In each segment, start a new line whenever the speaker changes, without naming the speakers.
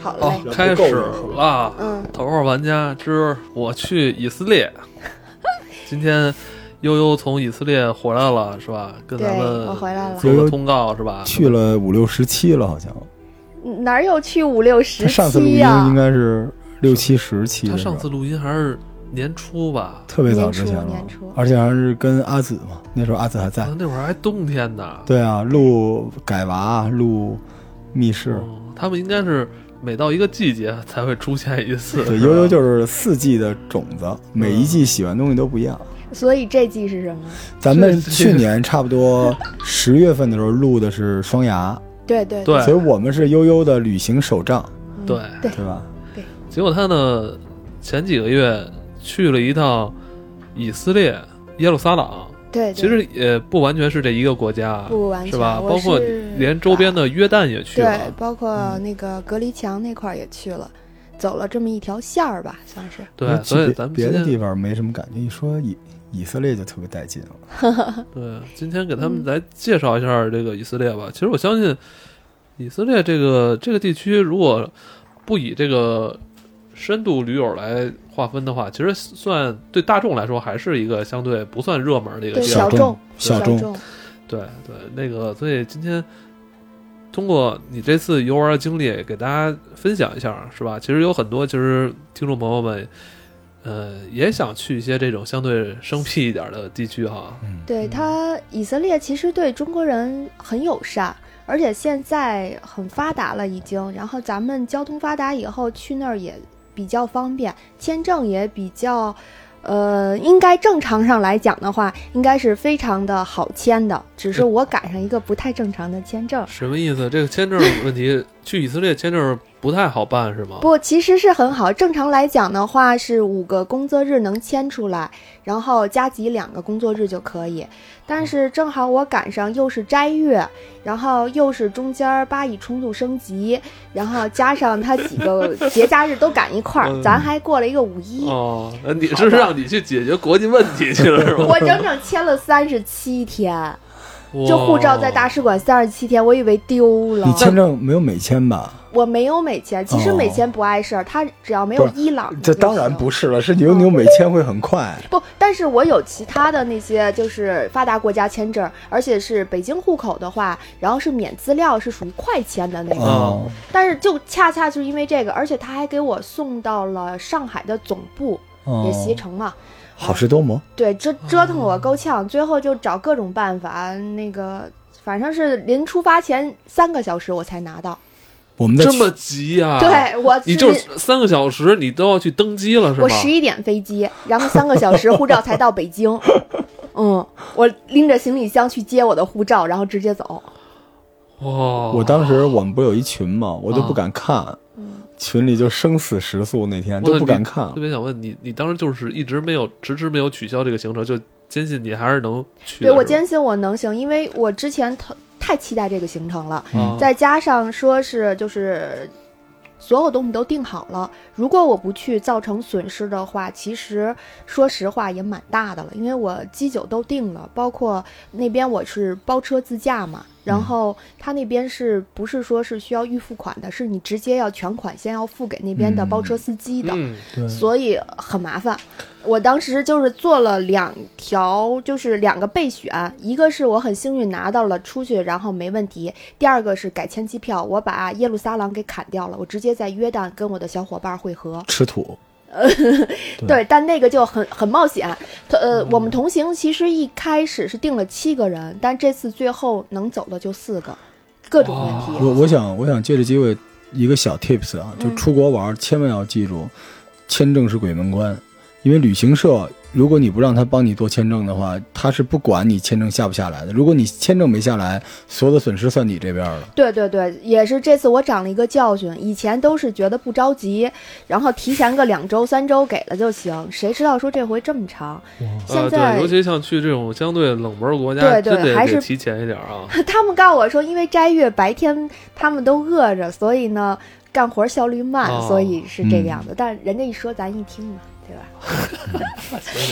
好嘞，
哦，开始了！
嗯，
头号玩家之我去以色列。 今天悠悠从以色列回来了，是吧？跟
对
咱们
我回来了
做个通告，是吧？
去了五六十期了，好像
嗯哪儿有去五六十啊
他上次录
期
音
呀、
应该是六七十期
他
的时候，
上次录音还是年初吧？
特别早之前
年
了
初年初，
而且还是跟阿紫嘛，那时候阿紫还在。
啊那会儿还冬天呢。
对啊，录改娃，录密室，
嗯他们应该是每到一个季节才会出现一次。
对，
是吧
悠悠就是四季的种
嗯
子，每一季喜欢的东西都不一样。
所以这季是什么？
咱们
是
去年差不多十月份的时候录的是双牙，
对对
对
所以我们是悠悠的旅行手账，
嗯
对
对
对吧？
结果他呢，前几个月去了一趟以色列耶路撒冷，
对对，
其实也不完全是这一个国家，啊
不完全
是吧？
我
包括
是啊
连周边的约旦也去
对
了，，嗯
包括那个隔离墙那块儿也去了，走了这么一条线儿吧，算是。
对，
因为去
所以
别
咱们
别
今
的地
天
方没什么感觉，一说以以色列就特别带劲了。
对今天给他们
嗯
来介绍一下这个以色列吧。其实我相信，以色列这个这个地区，如果不以这个深度驴友来划分的话，其实算对大众来说还是一个相对不算热门的一个
对
地
小
儿。
众
小
众，
众
对对，那个，所以今天通过你这次游玩的经历，给大家分享一下，是吧？其实有很多，其实听众朋友们，呃，也想去一些这种相对生僻一点的地区哈。
嗯
对它，以色列其实对中国人很友善，而且现在很发达了已经。然后咱们交通发达以后去那儿也比较方便，签证也比较，呃，应该正常上来讲的话，应该是非常的好签的。只是我赶上一个不太正常的签证。
什么意思？这个签证问题，去以色列签证不太好办是吗？
不，其实是很好。正常来讲的话，是五个工作日能签出来，然后加急两个工作日就可以。但是正好我赶上又是斋月，然后又是中间儿巴以冲突升级，然后加上它几个节假日都赶一块儿，
嗯
咱还过了一个五一。
哦，那你是让你去解决国际问题去了是吗？
我整整签了三十七天， 就护照在大
哇
使馆三十七天，我以为丢了
你。签证没有美签吧？
我没有美签，其实美签不碍事儿，它只要没有
不
伊朗的就行，
这当然不是了，是牛牛美签会很快。
不，但是我有其他的那些就是发达国家签证，而且是北京户口的话，然后是免资料，是属于快签的那种。
嗯
哦，
但是就恰恰就是因为这个，而且他还给我送到了上海的总部，
哦
也携程嘛。
哦好事多磨。
对，折折腾我够呛，最后就找各种办法，那个反正是临出发前三个小时我才拿到。
我们在
这么急呀、，
对我
啊你
是
就
临
是三个小时，你都要去登机了是吗？
我十一点飞机，然后三个小时护照才到北 京。嗯，我拎着行李箱去接我的护照，然后直接走。
哇，
我当时我们不是有一群嘛，我都
啊
不敢看，群里就生死时速，那天
我
都不敢看
特。别想问你，你当时就是一直没有，迟迟没有取消这个行程，就坚信你还是能去
对
的。
我
是吧
坚信我能行，因为我之前太太期待这个行程了，
啊
再加上说是就是所有东西都定好了，如果我不去造成损失的话，其实说实话也蛮大的了，因为我机酒都定了，包括那边我是包车自驾嘛，然后他那边是不是说是需要预付款的，是你直接要全款先要付给那边的包车司机的，
嗯，
对
所以很麻烦。我当时就是做了两条，就是两个备选，一个是我很幸运拿到了出去，然后没问题；第二个是改签机票，我把耶路撒冷给砍掉了，我直接在约旦跟我的小伙伴会合。
吃土，对
对，但那个就很很冒险。他呃，我们同行其实一开始是定了七个人，但这次最后能走的就四个，各种问题。
我我想我想借着机会一个小 tips 啊，就
嗯
出国玩千万要记住，签证是鬼门关，因为旅行社。如果你不让他帮你做签证的话，他是不管你签证下不下来的。如果你签证没下来，所有的损失算你这边了。
对对对，也是这次我长了一个教训。以前都是觉得不着急，然后提前个两周、三周给了就行，谁知道说这回这么长？现
呃，
在、
对，尤其像去这种相对冷门国家，
对对
真得
还
得
是
提前一 点啊。
他们告诉我说，因为斋月白天他们都饿着，所以呢干活效率慢，
哦
所以是这个样子。但人家一说，咱一听嘛，对去吧，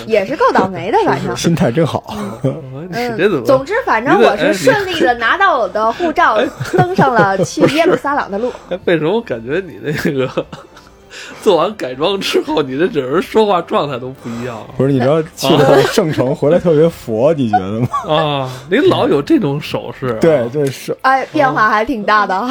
也是够倒霉的，反正。
心态真好。
我说你
嗯
这怎，么
总之，反正我是顺利的拿到我的护照，登上了去耶路撒冷的路。
哎，为什么我感觉你那个 做完改装之后，你这整个人说话状态都不 一样
不是，你知道去
哦
了圣城 回来特别佛，你觉得吗？
啊？你老有这种手势、
嗯
啊，
对，对是
哎，变化还挺大的，
啊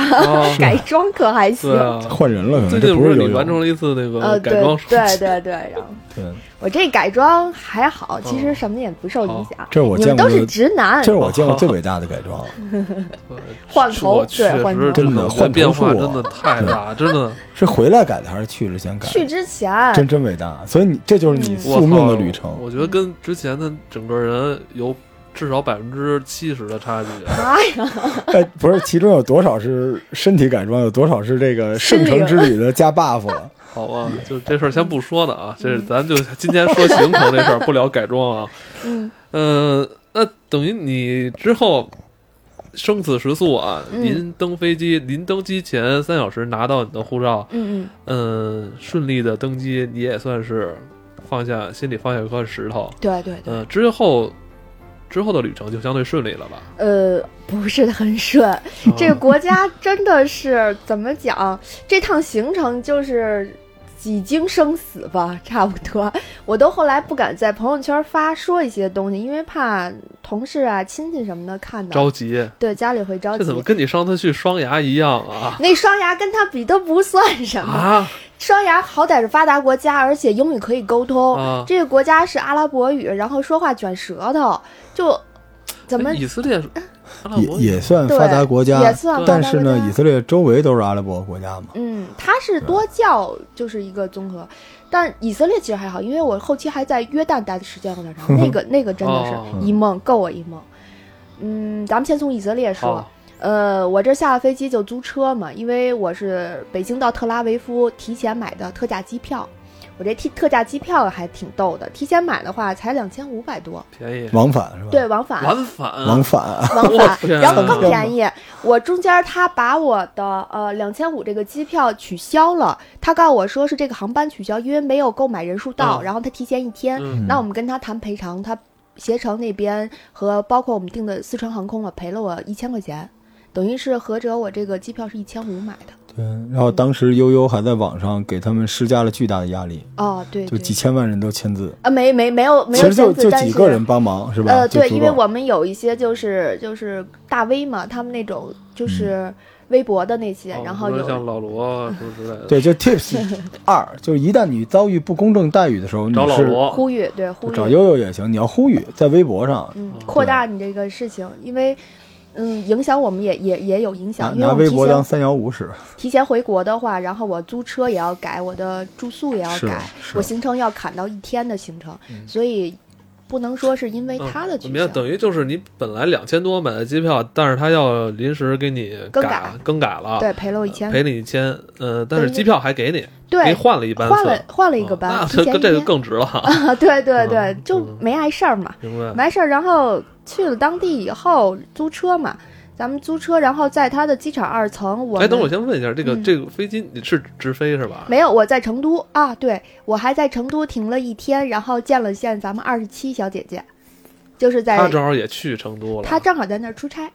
改装可还行
对。啊。
换人了，可能
最
这
近
不
不
是
是
游
你完成
泳。
了一次那
呃，
个
对
改装手
对
机？
对对，然后
对，
我这改装还好，其实什么也不受影响。
这我
你
见
们
过
都是
的，
直男
这，是我见过最伟大的改装。
嗯
对，
换头
呃我确
对换头
实真的
换头
变化
术
真的太大，真 的。
是回来改的还是去之前改 的？
去之前
真真伟大。所以你这就是你
嗯
我
宿命
操
的旅程。
我觉得跟之前的整个人有至少百分之七十的差距。
哎 呀，
哎，不是，其中有多少是身体改装，有多少是这个圣城之旅的加 buff 了？
好吧，就这事儿先不说呢啊，这是咱就今天说行程这事儿，不聊改装啊。
嗯，
嗯，那等于你之后生死时速啊，
嗯
临登飞机、临登机前三小时拿到你的护照，
嗯
嗯，顺利的登机，你也算是放下心里放下一块石头。
嗯，对对对，
嗯，之后之后的旅程就相对顺利了吧？啊
呃，不是很顺。
嗯
这个国家真的是怎么讲？这趟行程就是几经生死吧，差不多。 我都后来不敢在朋友圈发说一些东西，因为怕同事啊、亲戚什么的看到，
着急，
对家里会着
这怎么
急。
跟你上次去双崖一样啊？
那双牙跟他比都不算什么，
啊，
双牙好歹是发达国家，而且英语可以沟通。
啊
这个国家是阿拉伯语，然后说话卷舌头，就怎么
哎
嗯
以色列阿拉
也
伯
也算
对
发达国家
也，算
但是呢，以
以
色列周围都是阿拉伯国家嘛。
嗯，它是多教就是一个综合，但以色列其实还好，因为我后期还在约旦待的时间有点长， 那个那个真的
哦
是一梦够我一梦。嗯，咱们先从以色列说
好，，
呃，我这下了飞机就租车嘛，因为我是北京到特拉维夫提前买的特价机票，我这提特价机票还挺逗的，提前买的话才两千五百多，
便宜，
往返是吧？
对，往返
往返啊
往返啊，
往
我
返，
天
然后
啊
更便宜。我中间他把我的呃两千五这个机票取消了，他告诉我说是这个航班取消，因为没有购买人数到，
嗯
然后他提前一天。
嗯
那我们跟他谈赔偿，他携程那边和包括我们订的四川航空啊，赔了我一千块钱，等于是合着我这个机票是一千五买的。
对。嗯然后当时悠悠还在网上给他们施加了巨大的压力，
哦，对
就
对，
几千万人都签字，
啊，没没没有没
其
有
实就
签字，
就
但
几
是
个人帮忙是吧？
呃，
就
对，
足
因为
够
我们有一些就是就是大 V 嘛，他们那种
嗯
就是微博的那些，
哦
然后
比如
有
说像老罗啊什么之类的，
对，就 tips 二，就是一旦你遭遇不公正待遇的时候，你
找老
是
罗，
呼吁，对呼
找
吁，
悠悠也行，你要呼吁在微博上
嗯，扩大你这个事情，因为嗯，影响我们也也也有影
拿
响，因为
拿
我们
微
提
博当
前
三幺五使，
提前回国的话，然后我租车也要改，我的住宿也要
是
改，
是
我行程要砍到一天的行程，
嗯
所以不能说是因为
嗯
他的
怎
取
么样？
消，
等于就是你本来两千多买的机票，但是他要临时给你
更
改
改
更改了，
对赔了我一千，
赔你一千，呃，但
等
是
于
机票还给你，给你
对
换了一班次，
换了换了一个班，
啊
提
那
前
这
一
这就
天，
更值了，
啊， 对对
嗯
对，就
嗯
没碍事儿嘛。
明白？
完事儿，然后去了当地以后租车嘛，咱们租车，然后在它的机场二层，我
哎，等会
们
儿我先问一下，这个
嗯
这个飞机你是直飞是
啊
吧？
没有我在成都啊，对我还在成都停了一天，然后见了见咱们二十七小姐姐，就是在
他正好也去成都了，
她正好在那儿出差，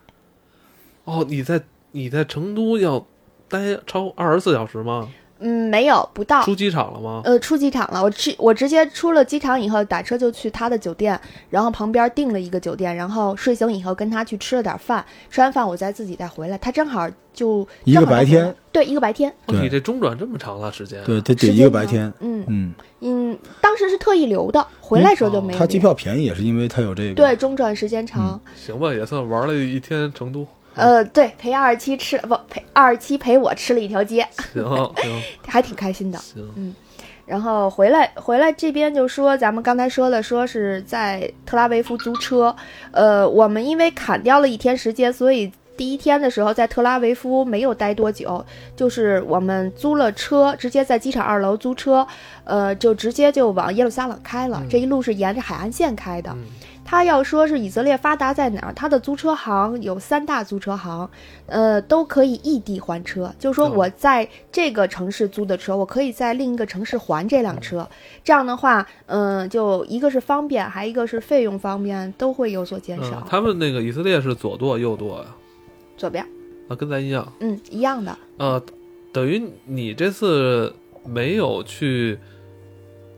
哦，你在你在成都要待超二十四小时吗？
嗯，没有不到。
出机场了吗？
哦
呃，出机场了，我去，我直接出了机场以后，打车就去她的酒店，然后旁边订了一个酒店，然后睡醒以后跟她去吃了点饭，吃完饭我再自己再回来。她正好就
一个
正好
白
回来
天，
对，一个白天，
哦
对
你这中转这么长的时间，
对，，得
时
得
间
一个
呢
白天，
嗯，
嗯，
嗯，当时是特意留的，回来时候就没有留。
它机票便宜也是因为它有这个，
对中转时间长，
行吧，也算玩了一天成都，
呃，对陪二七吃不陪二七陪我吃了一条街，
行行
还挺开心的。
行，
然后回来回来这边就说，咱们刚才说的，说是在特拉维夫租车，呃，我们因为砍掉了一天时间，所以第一天的时候在特拉维夫没有待多久，就是我们租了车，直接在机场二楼租车，呃，就直接就往耶路撒冷开了，
嗯
这一路是沿着海岸线开的。
嗯
他要说是以色列发达在哪儿，它的租车行有三大租车行，呃，都可以异地还车，就是说
嗯
我在这个城市租的车，我可以在另一个城市还这辆车。这样的话，嗯、就一个是方便，还一个是费用方面都会有所减少。
嗯，他们那个以色列是左舵右舵呀，
左边，
啊，跟咱一样。
嗯，一样的。
呃，等于你这次没有去，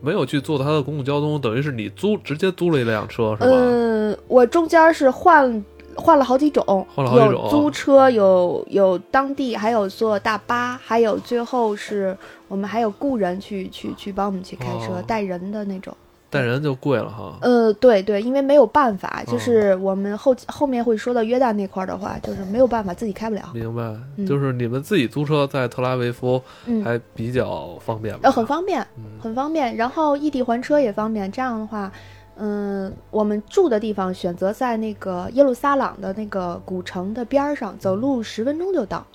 没有去坐他的公共交通，等于是你租直接租了一辆车是吧？
嗯，我中间是换换了好几种，
换了好几种
有租车，有有当地，还有坐大巴，还有最后是我们还有雇人去去去帮我们去开车，
哦
带人的那种。
带人就贵了哈。
呃，对对，因为没有办法，
哦
就是我们后后面会说到约旦那块儿的话，就是没有办法自己开不了，
明白，
嗯
就是你们自己租车在特拉维夫
嗯，
还比较方便吧？
呃，很方便，
嗯
很方便。然后异地还车也方便，这样的话。嗯，我们住的地方选择在那个耶路撒冷的那个古城的边儿上，
嗯
走路十分钟就到。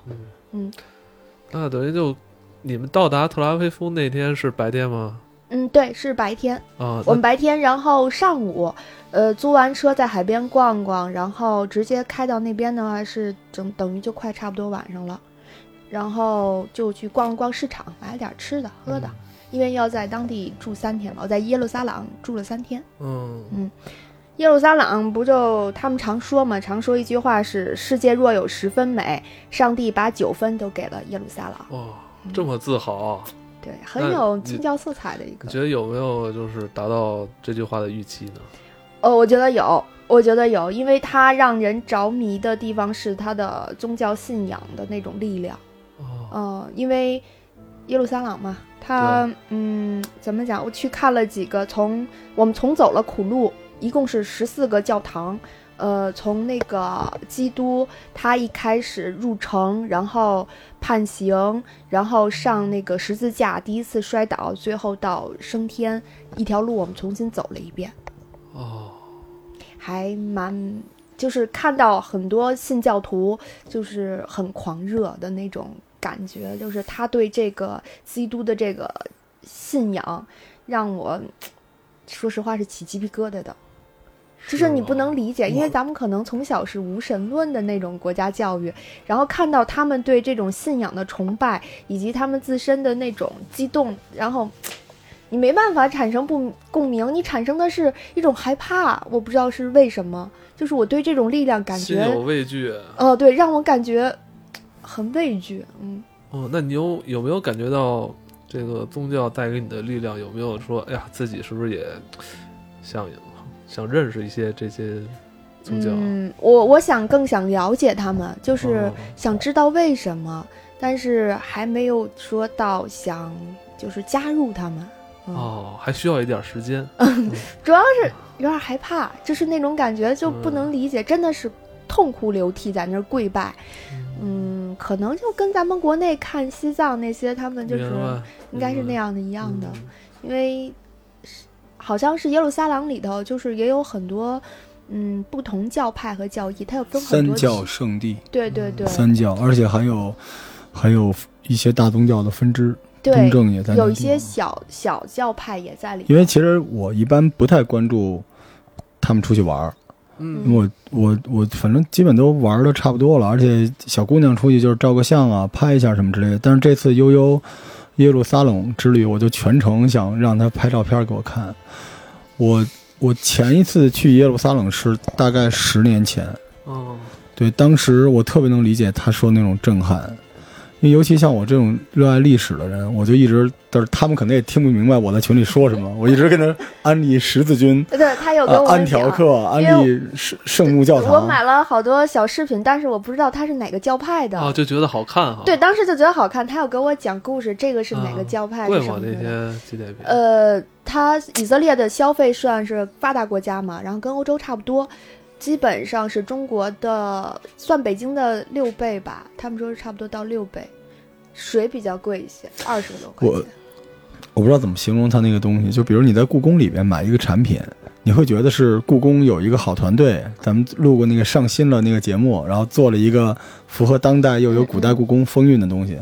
那等于就你们到达特拉维夫那天是白天吗？
嗯，对，是白天，
啊，
我们白天，然后上午，呃，租完车在海边逛逛，然后直接开到那边的话是等等于就快差不多晚上了，然后就去逛了逛市场，买了点吃的喝的，
嗯
因为要在当地住三天嘛，我在耶路撒冷住了三天。
嗯，嗯，
耶路撒冷不就他们常说嘛，常说一句话是“世界若有十分美，上帝把九分都给了耶路撒冷
哇，
嗯
这么自豪，”，
对，很
那
有
你
宗教色彩的一个
你。觉得有没有就是达到这句话的预期呢？
哦，我觉得有，我觉得有，因为它让人着迷的地方是它的宗教信仰的那种力量。
哦，
嗯、因为耶路撒冷嘛，它嗯，怎么讲？我去看了几个从，我们从走了苦路，一共是十四个教堂。呃，从那个基督他一开始入城，然后判刑，然后上那个十字架，第一次摔倒，最后到升天，一条路我们重新走了一遍。
哦，
还蛮，就是看到很多信教徒就是很狂热的那种感觉，就是他对这个基督的这个信仰，让我说实话是起鸡皮疙瘩的。就是你
吗
不能理解，因为
我
咱们可能从小是无神论的那种国家教育，然后看到他们对这种信仰的崇拜，以及他们自身的那种激动，然后你没办法产生不共鸣，你产生的是一种害怕，我不知道是为什么，就是我对这种力量感
心有
觉，
畏惧。
呃，对，让我感觉很畏惧，嗯，
哦，那你有有没有感觉到这个宗教带给你的力量？有没有说，哎呀，自己是不是也想想认识一些这些宗教？
嗯，我我想更想了解他们，就是
哦
想知道为什么，但是还没有说到想就是加入他们。嗯、，
哦，还需要一点时间。
主要是有点害怕，就是那种感觉
嗯
就不能理解，真的是痛哭流涕在那儿跪拜。嗯，可能就跟咱们国内看西藏那些他们嗯就
明
是
白，
应该是那
明白
样的一样的，
嗯
因为是好像是耶路撒冷里头就是也有很多。嗯，不同教派和教义，它有分很
三
多
教圣地，
对对对
嗯
三教，而且还有还有一些大宗教的分支，东
对，
正也在那
有一
地
些
方
小小教派也在里
嗯
因为
面。
其实我一般不太关注他们出去玩儿，
嗯
嗯
我我我反正基本都玩的差不多了，而且小姑娘出去就是照个相啊、拍一下什么之类的。但是这次悠悠耶路撒冷之旅，我就全程想让她拍照片给我看。我我前一次去耶路撒冷是大概十年前，
哦，
对，当时我特别能理解她说那种震撼，因为尤其像我这种热爱历史的人，我就一直，但是他们可能也听不明白我在群里说什么，我一直跟他安利十字军。
呃对，他有跟
啊
我，
安
们
条
讲，
克，安
因
利圣圣母教堂。
我买了好多小饰品，但是我不知道它是哪个教派的。
哦，就觉得好看哈。
对，，当时就觉得好看。他有给我讲故事，这个是哪个
啊
教派，
贵
是什
吗
么
那
的。
些纪念品？
呃，他以色列的消费算是发达国家嘛，然后跟欧洲差不多，基本上是中国的算北京的六倍吧，他们说是差不多到六倍。水比较贵一些，二十多块
我
钱。
我不知道怎么形容它那个东西，就比如你在故宫里边买一个产品，你会觉得是故宫有一个好团队，咱们录过那个上新了那个节目，然后做了一个符合当代又有古代故宫风韵的东西。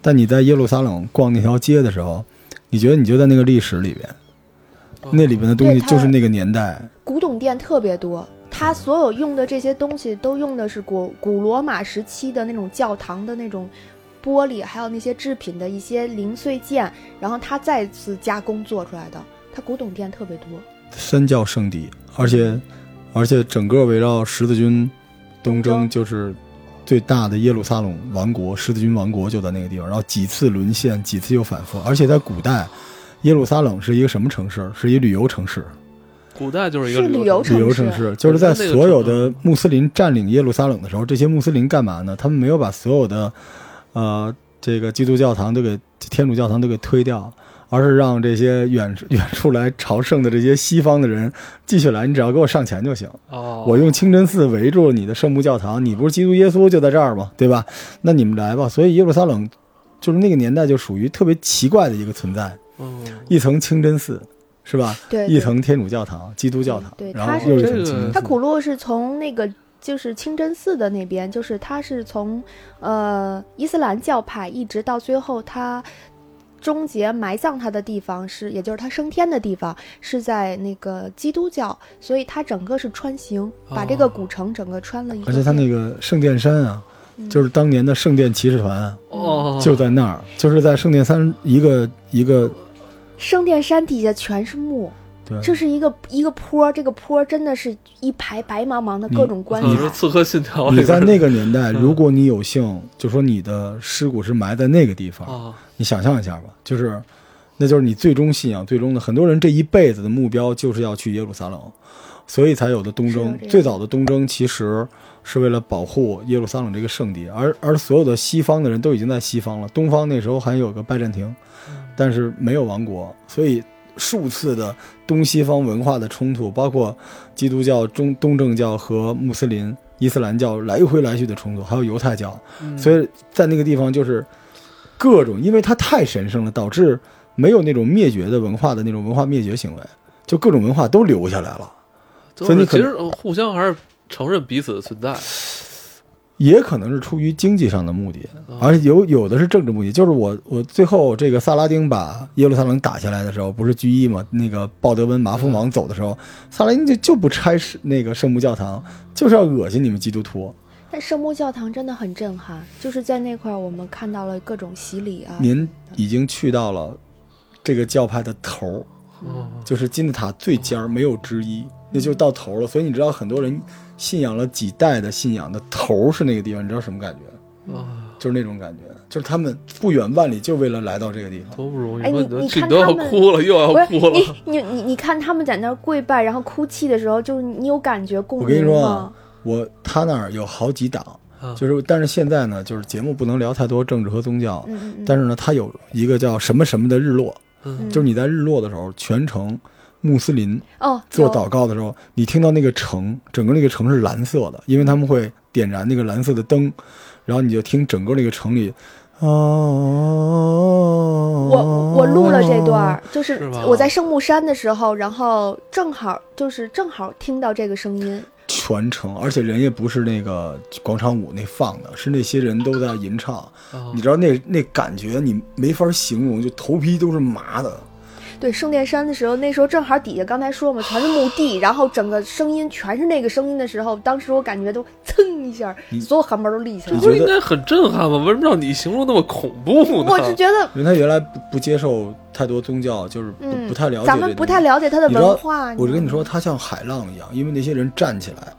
但你在耶路撒冷逛那条街的时候，你觉得你就在那个历史里边，
哦
那里边的东西就是那个年代，
古董店特别多，它所有用的这些东西都用的是古古罗马时期的那种教堂的那种玻璃，还有那些制品的一些零碎件，然后它再次加工做出来的。它古董店特别多，
三教圣地，而且而且整个围绕十字军东征就是最大的耶路撒冷王国，十字军王国就在那个地方，然后几次沦陷，几次又反复，而且在古代，耶路撒冷是一个什么城市？是一旅游城市，
古代就是一个
是旅游
旅
城
游
市。
城市，就是在
那个
所有
城
的穆斯林占领耶路撒冷的时候，这些穆斯林干嘛呢？他们没有把所有的，呃，这个基督教堂都给天主教堂都给推掉，而是让这些远远处 来朝圣的这些西方的人继续来，你只要给我上钱就行。
哦，
我用清真寺围住你的圣母教堂，你不是基督耶稣就在这儿吗？对吧？那你们来吧。所以耶路撒冷就是那个年代就属于特别奇怪的一个存在，
嗯，
一层清真寺是吧？
对，
一
对
层天主教堂、基督教堂，
对
然
它
后
是
又一
这
层
个
清真寺。
它苦路是从那个就是清真寺的那边，就是它是从呃伊斯兰教派一直到最后它终结埋葬他的地方是，也就是他升天的地方是在那个基督教，所以它整个是穿行，把这个古城整个穿了一个
哦而
遍。
且它那个圣殿山啊，
嗯
就是当年的圣殿骑士团啊，
哦，
就在那儿，就是在圣殿山一个一个
圣殿山底下全是墓，
对。
这是一个一个坡，这个坡真的是一排白茫茫的各种
我
棺
操
材
是。刺客信条里
你
边
在
的，
那个年
嗯
代，如果你有幸，就说你的尸骨是埋在那个地方，
啊，
你想象一下吧，就是，那就是你最终信仰最终的。很多人这一辈子的目标就是要去耶路撒冷，所以才有的东
是有
征
这。样
最早的东征其实是为了保护耶路撒冷这个圣地，而而所有的西方的人都已经在西方了，东方那时候还有个拜占庭，
嗯
但是没有王国，所以数次的东西方文化的冲突，包括基督教、中东正教和穆斯林、伊斯兰教来回来去的冲突，还有犹太教，
嗯
所以在那个地方就是各种，因为它太神圣了，导致没有那种灭绝的文化的那种文化灭绝行为，就各种文化都留下来了。
就
所以
是
你
其
可
实呃互相还是承认彼此的存在，
也可能是出于经济上的目的
嗯，
而且有有的是政治目的。就是我我最后这个萨拉丁把耶路撒冷打下来的时候，不是居一嘛？那个鲍德温麻风王走的时候，萨拉丁就就不拆是那个圣母教堂，就是要恶心你们基督徒。
但圣母教堂真的很震撼，就是在那块儿我们看到了各种洗礼啊，
您已经去到了这个教派的头儿，
嗯，
就是金字塔最尖儿，没有之一，那就到头了。所以你知道，很多人信仰了几代的信仰的头儿是那个地方，你知道什么感觉？
啊，
就是那种感觉，就是他们不远万里就为了来到这个地方。
多不容易，
哎
说
你
你都
你
去
看
你都要
他们
哭了，又要
不是
哦哭了，
你你你你看他们在那儿跪拜，然后哭泣的时候，就是你有感觉共鸣
我
吗？
跟你说啊，我他那儿有好几档，
啊
就是但是现在呢，就是节目不能聊太多政治和宗教，
嗯嗯嗯，
但是呢，它有一个叫什么什么的日落，
嗯
就是你在日落的时候，全程穆斯林
哦，
做
有
祷告的时候，你听到那个城，整个那个城是蓝色的，因为他们会点燃那个蓝色的灯，然后你就听整个那个城里，啊，
我
我
我录了这段
啊
儿，就是
哦是吧
我在圣木山的时候，然后正好就是正好听到这个声音，
全程，而且人也不是那个广场舞那放的，是那些人都在吟唱。
啊
你知道那那感觉你没法形容，就头皮都是麻的。
对圣殿山的时候，那时候正好底下刚才说嘛，全是墓地，然后整个声音全是那个声音的时候，当时我感觉都蹭一下
你，
所有汗毛都立起来
这
了
你
不。是
觉
应该
得
很震撼吗？为什么让你形容那么恐怖呢？
我是觉得，
因为他原来不不接受太多宗教，就是不、
嗯，
不太了解。
咱们不太。了解他的
你知道
文化。
我就跟
知
你
道
说，
吗，
他像海浪一样，因为那些人站起来，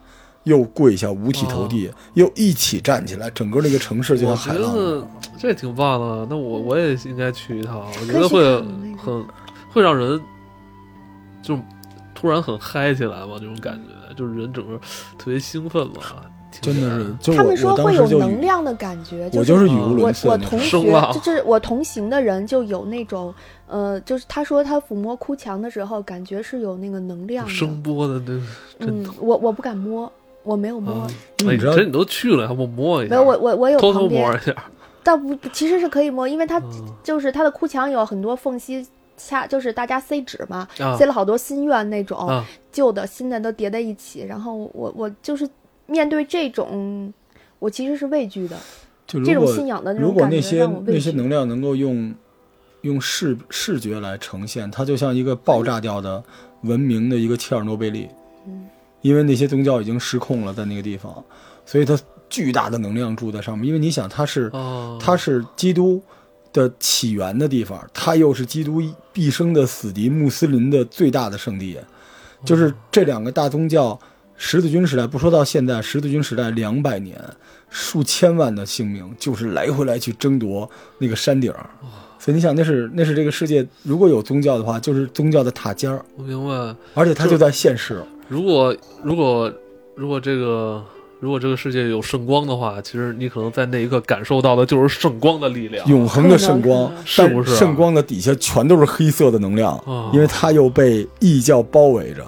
又跪下，五体
哦
投地，又一起站起来，整个那个城市就像
我
海
觉
浪一
得
样。
这挺棒的，那我我也应该去一趟，我觉
可以去
得会
看那个
很会让人就突然很嗨起来嘛，这种感觉就是人整个特别兴奋嘛，挺
真的
好
是，就
他们
我
说
我当
会
时
有
就
能
语，
量的感觉，
我
就是
是语无
我
伦次
我
的那
同
种。
学
生了
就是我同行的人就有那种，呃，就是他说他抚摸哭墙的时候，感觉是有那个能量
有
的。
声波的那真
嗯，我我不敢摸，我没有摸，
啊，
嗯
哎，
你知道
这你都去了，还不摸一
没
下
有？我我我有
偷
旁
偷摸
边，
一下，
但不其实是可以摸，因为它
嗯
就是它的哭墙有很多缝隙。掐就是大家塞纸嘛，
啊
塞了好多心愿那种，
啊，
旧的新的都叠在一起。然后我我就是面对这种，我其实是畏惧的。
就
这
如
种
果
信仰的那
如
种
果
感
那
觉
些
让我畏
那些
惧。
能量能够用用视视觉来呈现，它就像一个爆炸掉的文明的一个切尔诺贝利。
嗯，
因为那些宗教已经失控了，在那个地方，所以它巨大的能量住在上面。因为你想，它是
哦，
它是基督的起源的地方，它又是基督毕生的死敌穆斯林的最大的圣地，就是这两个大宗教。十字军时代不说到现在，十字军时代两百年，数千万的性命就是来回来去争夺那个山顶儿，所以你想，那是那是这个世界如果有宗教的话，就是宗教的塔尖儿，
我明白。
而且它就在现世。
如果如果如果这个如果这个世界有圣光的话，其实你可能在那一刻感受到的就是圣光的力量。
永恒的圣光
啊可能，嗯
是不是啊
但圣光的底下全都是黑色的能量，
哦
因为它又被异教包围着，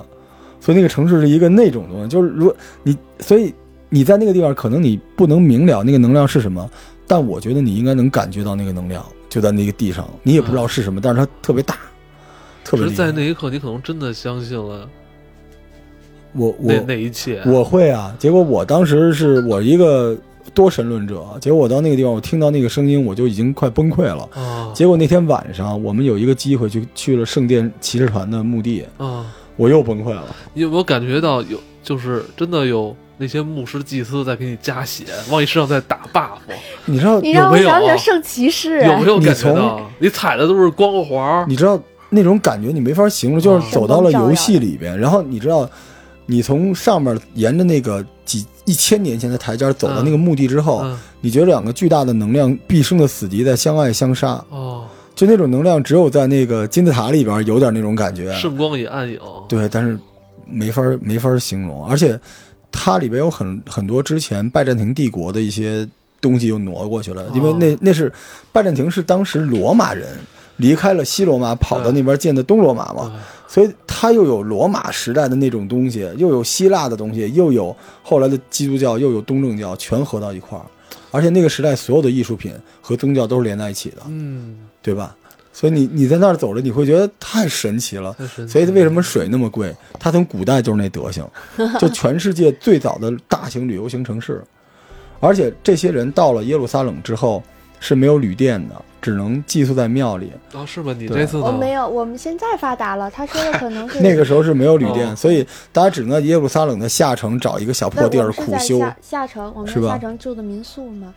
所以那个城市是一个那种东西。就是如果你，所以你在那个地方，可能你不能明了那个能量是什么，但我觉得你应该能感觉到那个能量就在那个地上，你也不知道是什么，但是它特别大，特
嗯只
别
是
厉
在
害。
那一刻，你可能真的相信了
我我
那那一切。
我会啊，结果我当时是我一个多神论者，结果我到那个地方，我听到那个声音，我就已经快崩溃了。
啊
结果那天晚上，我们有一个机会去去了圣殿骑士团的墓地，
啊！
我又崩溃了。
你有没有感觉到有就是真的有那些牧师祭司在给你加血，往你身上在打 buff？
你知道，
你让
有
我
没有
想起
啊
来圣骑士，啊
有没有
你
感觉
从
到你踩的都是光环？
你知道那种感觉，你没法形容，就是走到了游戏里边，然后你知道，你从上面沿着那个几一千年前的台阶走到那个墓地之后，
嗯
你觉得两个巨大的能量毕生的死敌在相爱相杀，
哦，
就那种能量只有在那个金字塔里边有点那种感觉。
圣光与暗影。
对，但是没法儿没法儿形容，而且它里边有很很多之前拜占庭帝国的一些东西又挪过去了，因为那那是拜占庭是当时罗马人离开了西罗马，跑到那边建的东罗马嘛，
对
所以它又有罗马时代的那种东西，又有希腊的东西，又有后来的基督教，又有东正教，全合到一块儿。而且那个时代所有的艺术品和宗教都是连在一起的，
嗯，
对吧？所以你你在那儿走着，你会觉得太神奇了。
太神奇
所以
了
为什么水那么贵？它从古代就是那德 行，就全世界最早的大型旅游型城市。而且这些人到了耶路撒冷之后是没有旅店的，只能寄宿在庙里。
啊？是吗？你
对
这次
我
呢？
哦没有，我们现在发达了。他说的可能 是
那个时候是没有旅
哦
店，所以大家只能在耶路撒冷的下城找一个小
那
破地
我
儿
们是
苦
在
修。
下下城，我们
是
在
吧
下城住的民宿嘛，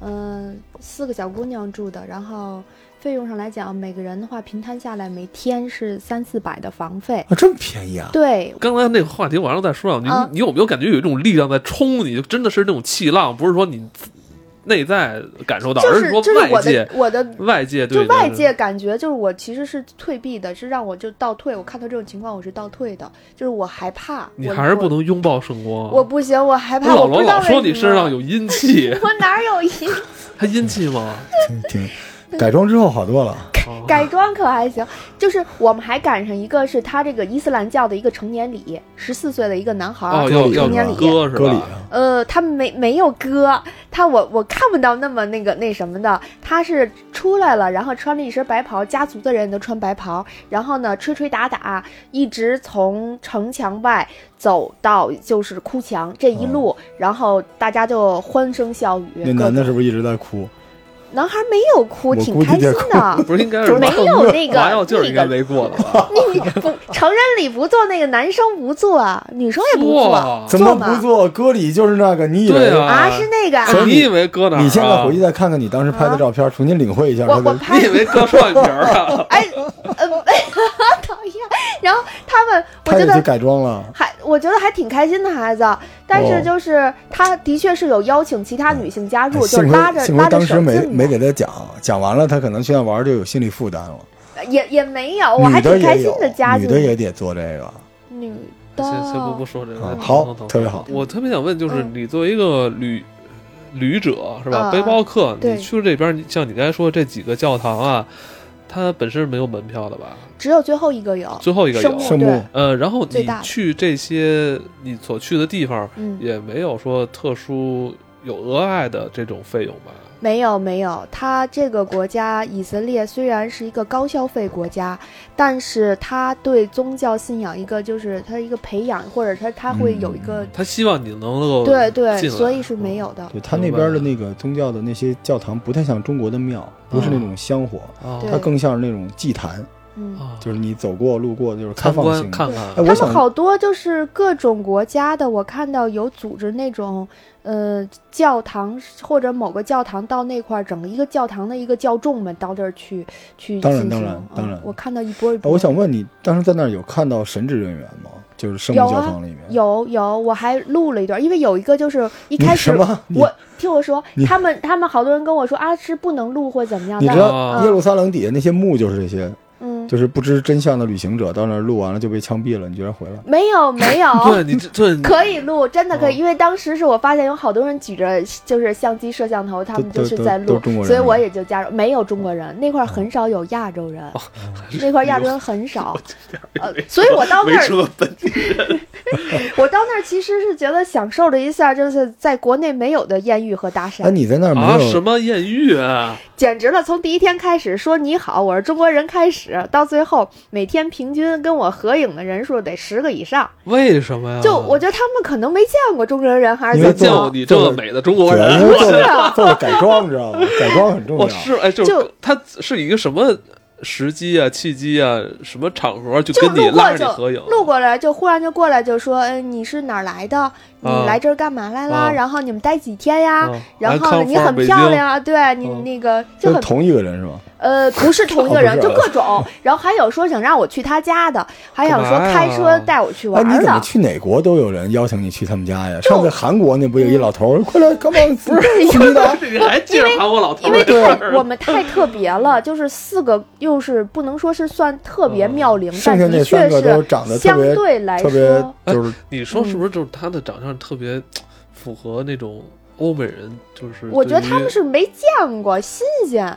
嗯、四个小姑娘住的，然后费用上来讲，每个人的话平摊下来每天是三四百的房费。
啊，这么便宜啊！
对，
刚才那个话题，我让再说两句。
啊
你你有没有感觉有一种力量在冲你？就真的是那种气浪，不是说你自内在感受到，
就
而
是
说
就是我的
外界
我的
外界对
就
你的
外界感觉就是我其实是退避的，是让我就倒退。我看到这种情况我是倒退的，就是我害怕，
你
我
还是不。能拥抱圣光。啊
我我不行，我害怕，
老
我不
罗
知道
老说
为
你
什
身
么，
上，有阴气
我哪有 一
还阴 气吗？
挺挺，改装之后好多了。
哦
改装可还行，就是我们还赶上一个是他这个伊斯兰教的一个成年礼，十四岁的一个男孩儿，
哦，
割
要
礼
成
要
啊年礼
割是
歌里
吧？
啊，
呃，他没没有割，他我我看不到那么那个那什么的，他是出来了，然后穿了一身白袍，家族的人都穿白袍，然后呢吹吹打打，一直从城墙外走到就是哭墙这一路，然后大家就欢声笑语。
哦那男的是不是一直在哭？
男孩没有哭，
我
挺
估计
开心
得
的。
不是应该是
没有那个
麻药劲儿
那
应该
个
没过的吧？
你你不成人礼不做那个，男生不做啊，女生也不做。
哇
怎么
嘛
不做？歌里就是那个，你以为
哦对啊
啊，是那个啊，
所以
你以为搁哪儿啊？
你现在回去再看看你当时拍的照片，重新领会一下
我
他
我
的
拍
你以为搁双眼皮儿 啊？
哎，呃，讨厌。然后他们，我
他
觉
也去
得
改装了。
还，我觉得还挺开心的孩子，但是
哦
就是他的确是有邀请其他女性加入，就
哎
是
幸
拉着
亏幸
拉
亏
着
当时
手
没
进
没
的，
给他讲，讲完了他可能去那玩儿就有心理负担了。
也也没有，哦我还
女的
挺开
也
心
有
的加，
女
进
的也得做这个，
女的
先先不不说这个
啊，，
疼
好
疼，疼
特别好。
我特别想问，就是
嗯
你作为一个旅旅者是吧，
啊
背包客，
对
你去这边，你像你刚才说这几个教堂啊，它本身是没有门票的吧？
只有最后一个有，
最后一个
圣
有
母，
圣
对
母，
呃，然后
最
你
大的
去这些你所去的地方，
嗯，
也没有说特殊有额外的这种费用吧？
没有没有，它这个国家以色列虽然是一个高消费国家，但是它对宗教信仰一个就是它一个培养，或者它它会有一个、
他希望你能
嗯
够
对对，
进来
所以是没有的。
对他那边的那个宗教的那些教堂不太像中国的庙，不是那种香火，
啊
对
它更像是那种祭坛，
嗯，
啊，
就是你走过路过就是开
参
放
观
性的。
看看
哎，
他
我
们
想
好多就是各种国家的，我看到有组织那种，呃，教堂或者某个教堂到那块儿，整个一个教堂的一个教众们到这儿去去
当然
进行
当然当然
嗯我看到一波一
哎
波。
我想问你，当时在那儿有看到神职人员吗？就是圣母
有啊
教堂里面
有有，我还录了一段，因为有一个就是一
你
开始
什么？你
我听我说
你，
他们他们好多人跟我说啊是不能录或怎么样，
你
但
知道
嗯，
耶路撒冷底下那些墓就是这些，
嗯
就是不知真相的旅行者到那儿录完了就被枪毙了，你居然回来了。
没有没有
对你这对你
哦可以录，真的可以，
哦
因为当时是我发现有好多人举着就是相机、摄像头，他们
都
就是在
都都
录
都中国，人哦
所以我也就加入。没有中国人，那块儿很少有亚洲人，那块儿亚洲人很 少，呃，所以我到那
没出
儿，
个本地
我到那儿其实是觉得享受了一下，就是在国内没有的艳遇和搭
哎，
讪，
你在那儿没
啊，什
有？
么艳遇啊？
简直了！从第一天开始说你好，我是中国人开始，到最后每天平均跟我合影的人数得十个以上，
为什么呀？
就我觉得他们可能没见过中国人还是
因
怎
为
么着。
没见过你这么美的中国
对，
人
因。为做
是
了
啊
做了改装，知道吗？改装很重
我
要。
是哎，就
就是
他是一个什么时机啊、契机啊、什么场合就
就
跟你
路
拉
过就
着你合影，
路过来就忽然就过来就说，嗯，你是哪儿来的？你
啊
来这儿干嘛来啦？
啊
然后你们待几天呀？
啊
然
来
后呢
看
你
花儿
很
北
漂
京
亮啊，对你
啊
那个就
就是
很
同一个人是吧？
呃不是同一
哦
个
不
人，
是
就
啊
各种。然后还有说想让我去他家的，还想说
干嘛呀啊
开车带我去
哎，
玩
你怎么
的。
去哪国都有人邀请你去他们家呀？
就
上次韩国那不有一老头儿，快来，come on，不是
你还记着韩国老头
因
儿
为
这事
太
儿
我们太特别 了，就是四个，又是不能说是算特别
嗯
妙龄，
剩
但
下那
的确
三个都
是
长得特
相
别
对来
特
说，
别就是
你说是不是
嗯
就是他的长相特别符合那种欧美人？就是
我觉得他
对于
们是没见过新鲜。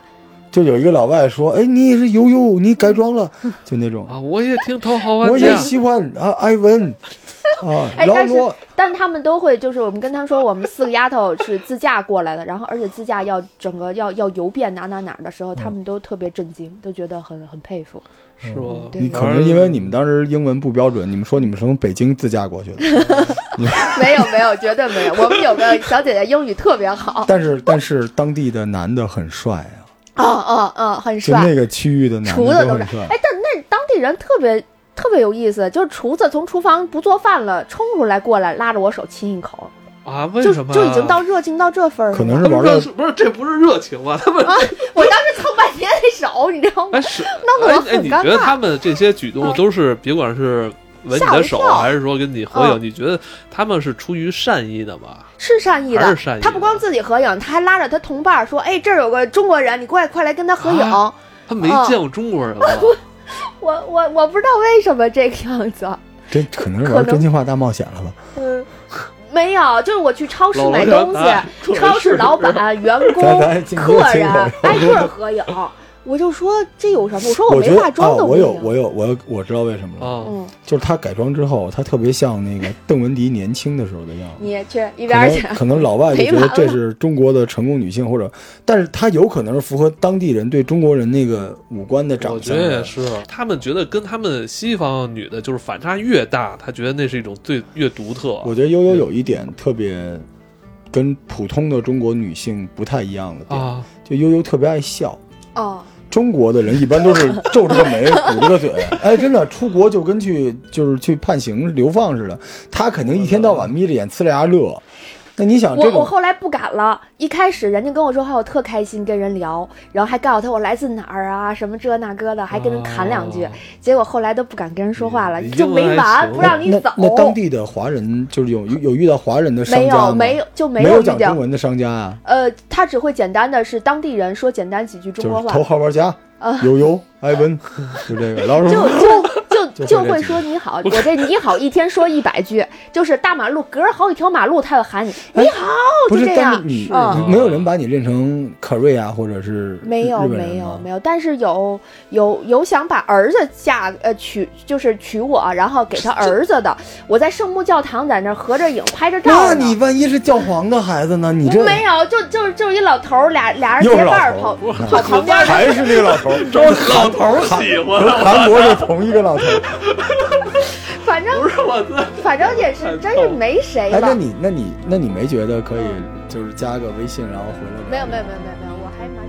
就有一个老外说，哎，你是悠悠，你改 装了，就那种，
啊，我也听头号
我
玩
也
家，
喜欢啊，艾文 啊，
哎
劳
但是
罗，
但他们都会，就是我们跟他们说，我们四个丫头是自驾过来的，然后而且自驾要整个要要游遍哪哪哪儿的时
嗯
候，他们都特别震惊，都觉得很很佩服。
是吧？
对
嗯你可能因为你们当时英文不标准，你们说你们是从北京自驾过去 的，
没有没有，绝对没有。我们有个小姐姐英语特别好，
但是但是当地的男的很帅啊，
啊啊啊，很
就
帅
那，个区域的男
厨
的
子都
都很
是。
帅。
哎，但那当地人特别。特别有意思，就是厨子从厨房不做饭了，冲出来过来拉着我手亲一口，
啊，为
就
什么
就已经到热情到这份儿了。
可能
他
是
们
玩到
嗯
热不是这不是热情吧？他们
我当时蹭半天那手，你知道吗？
哎 是
弄得我
哎哎，
很
你
尴
觉得
尬嗯
他们这些举动都是别管是吻你
吓我
的
一
手
跳
还是说跟你合影，
嗯
你觉得他们是出于善意的吧？
是善意
还
的
是善意的
他不光自己合影，他还拉着他同伴儿说：“哎，这儿有个中国人，你过来，快来跟他合影。
啊他没
嗯
见过中国人吧？
我我我不知道为什么这个样子，啊
真可能是
可
玩
能
真心话大冒险了吧？
嗯，没有，就是我去超市买
老
东
板啊
西，超市老 板、员工、
咱咱
客人
咱
挨个儿合影，我就说这有什么？我说
我觉
没
得
化妆
哦，
都
我
不
有
行。
我有我有我知道为什么了，
啊，
嗯，
就是他改装之后，他特别像那个邓文迪年轻的时候的样子。
你去一
可
边儿去
能。可能老外就觉
没
得
完了
这是中国的成功女性，或者，但是她有可能是符合当地人对中国人那个五官的
我
长
觉
相
得
的
也。是，他们觉得跟他们西方女的就是反差越大，他觉得那是一种最越独特。啊
我觉得悠悠有一点特别跟普通的中国女性不太一样的点，
啊，
就悠悠特别爱笑。
哦，
中国的人一般都 是皱着个眉，鼓着个嘴，哎，真的出国就跟去就是去判刑流放似的。他肯定一天到晚眯着眼，呲着牙乐。那你想
我
这
我
种，
后来不敢了，一开始人家跟我说话，我特开心跟人聊，然后还告诉他我来自哪儿啊，什么这那个的，还跟人侃两句。
啊
结果后来都不敢跟人说话了，
你
就
用
没
来
完，
行
不让你
那
走。
那当地的华人就是有有有遇到华人的商
没
家吗
有没有就没
没
有遇
讲
见
中。文的商家啊，
呃，他只会简单的是当地人说简单几句
就
中
是
国
头
话，
号玩家
啊
悠悠艾文，就这个。然后
就
说
就就就
会
会说你好，我这你好一天说一百句，就是大马路隔着好几条马路，他就喊你你好，
哎不，
就是这
但
样
是。你
嗯
没有人把你认成可瑞啊，或者是
没有
日本人
没有
吗
没有，但是有有有想把儿子嫁呃娶就是娶我，然后给他儿子的。我在圣母教堂在那儿合着影拍着照
那
呢。
你万一是教皇的孩子呢？你这
没有，就就就是一老头儿，俩俩人
又
结
是老
伴儿
头
跑
儿
跑旁 边儿。
还是那个老头 儿，
招老头儿喜欢
和
了，
韩国是同一个老头儿。
反正
不是我的。
反正也是，真是没谁
哎，那
了。
你那你那你没觉得可以就是加个微信，然后回来聊？
没有没有没有没有没有，我还蛮。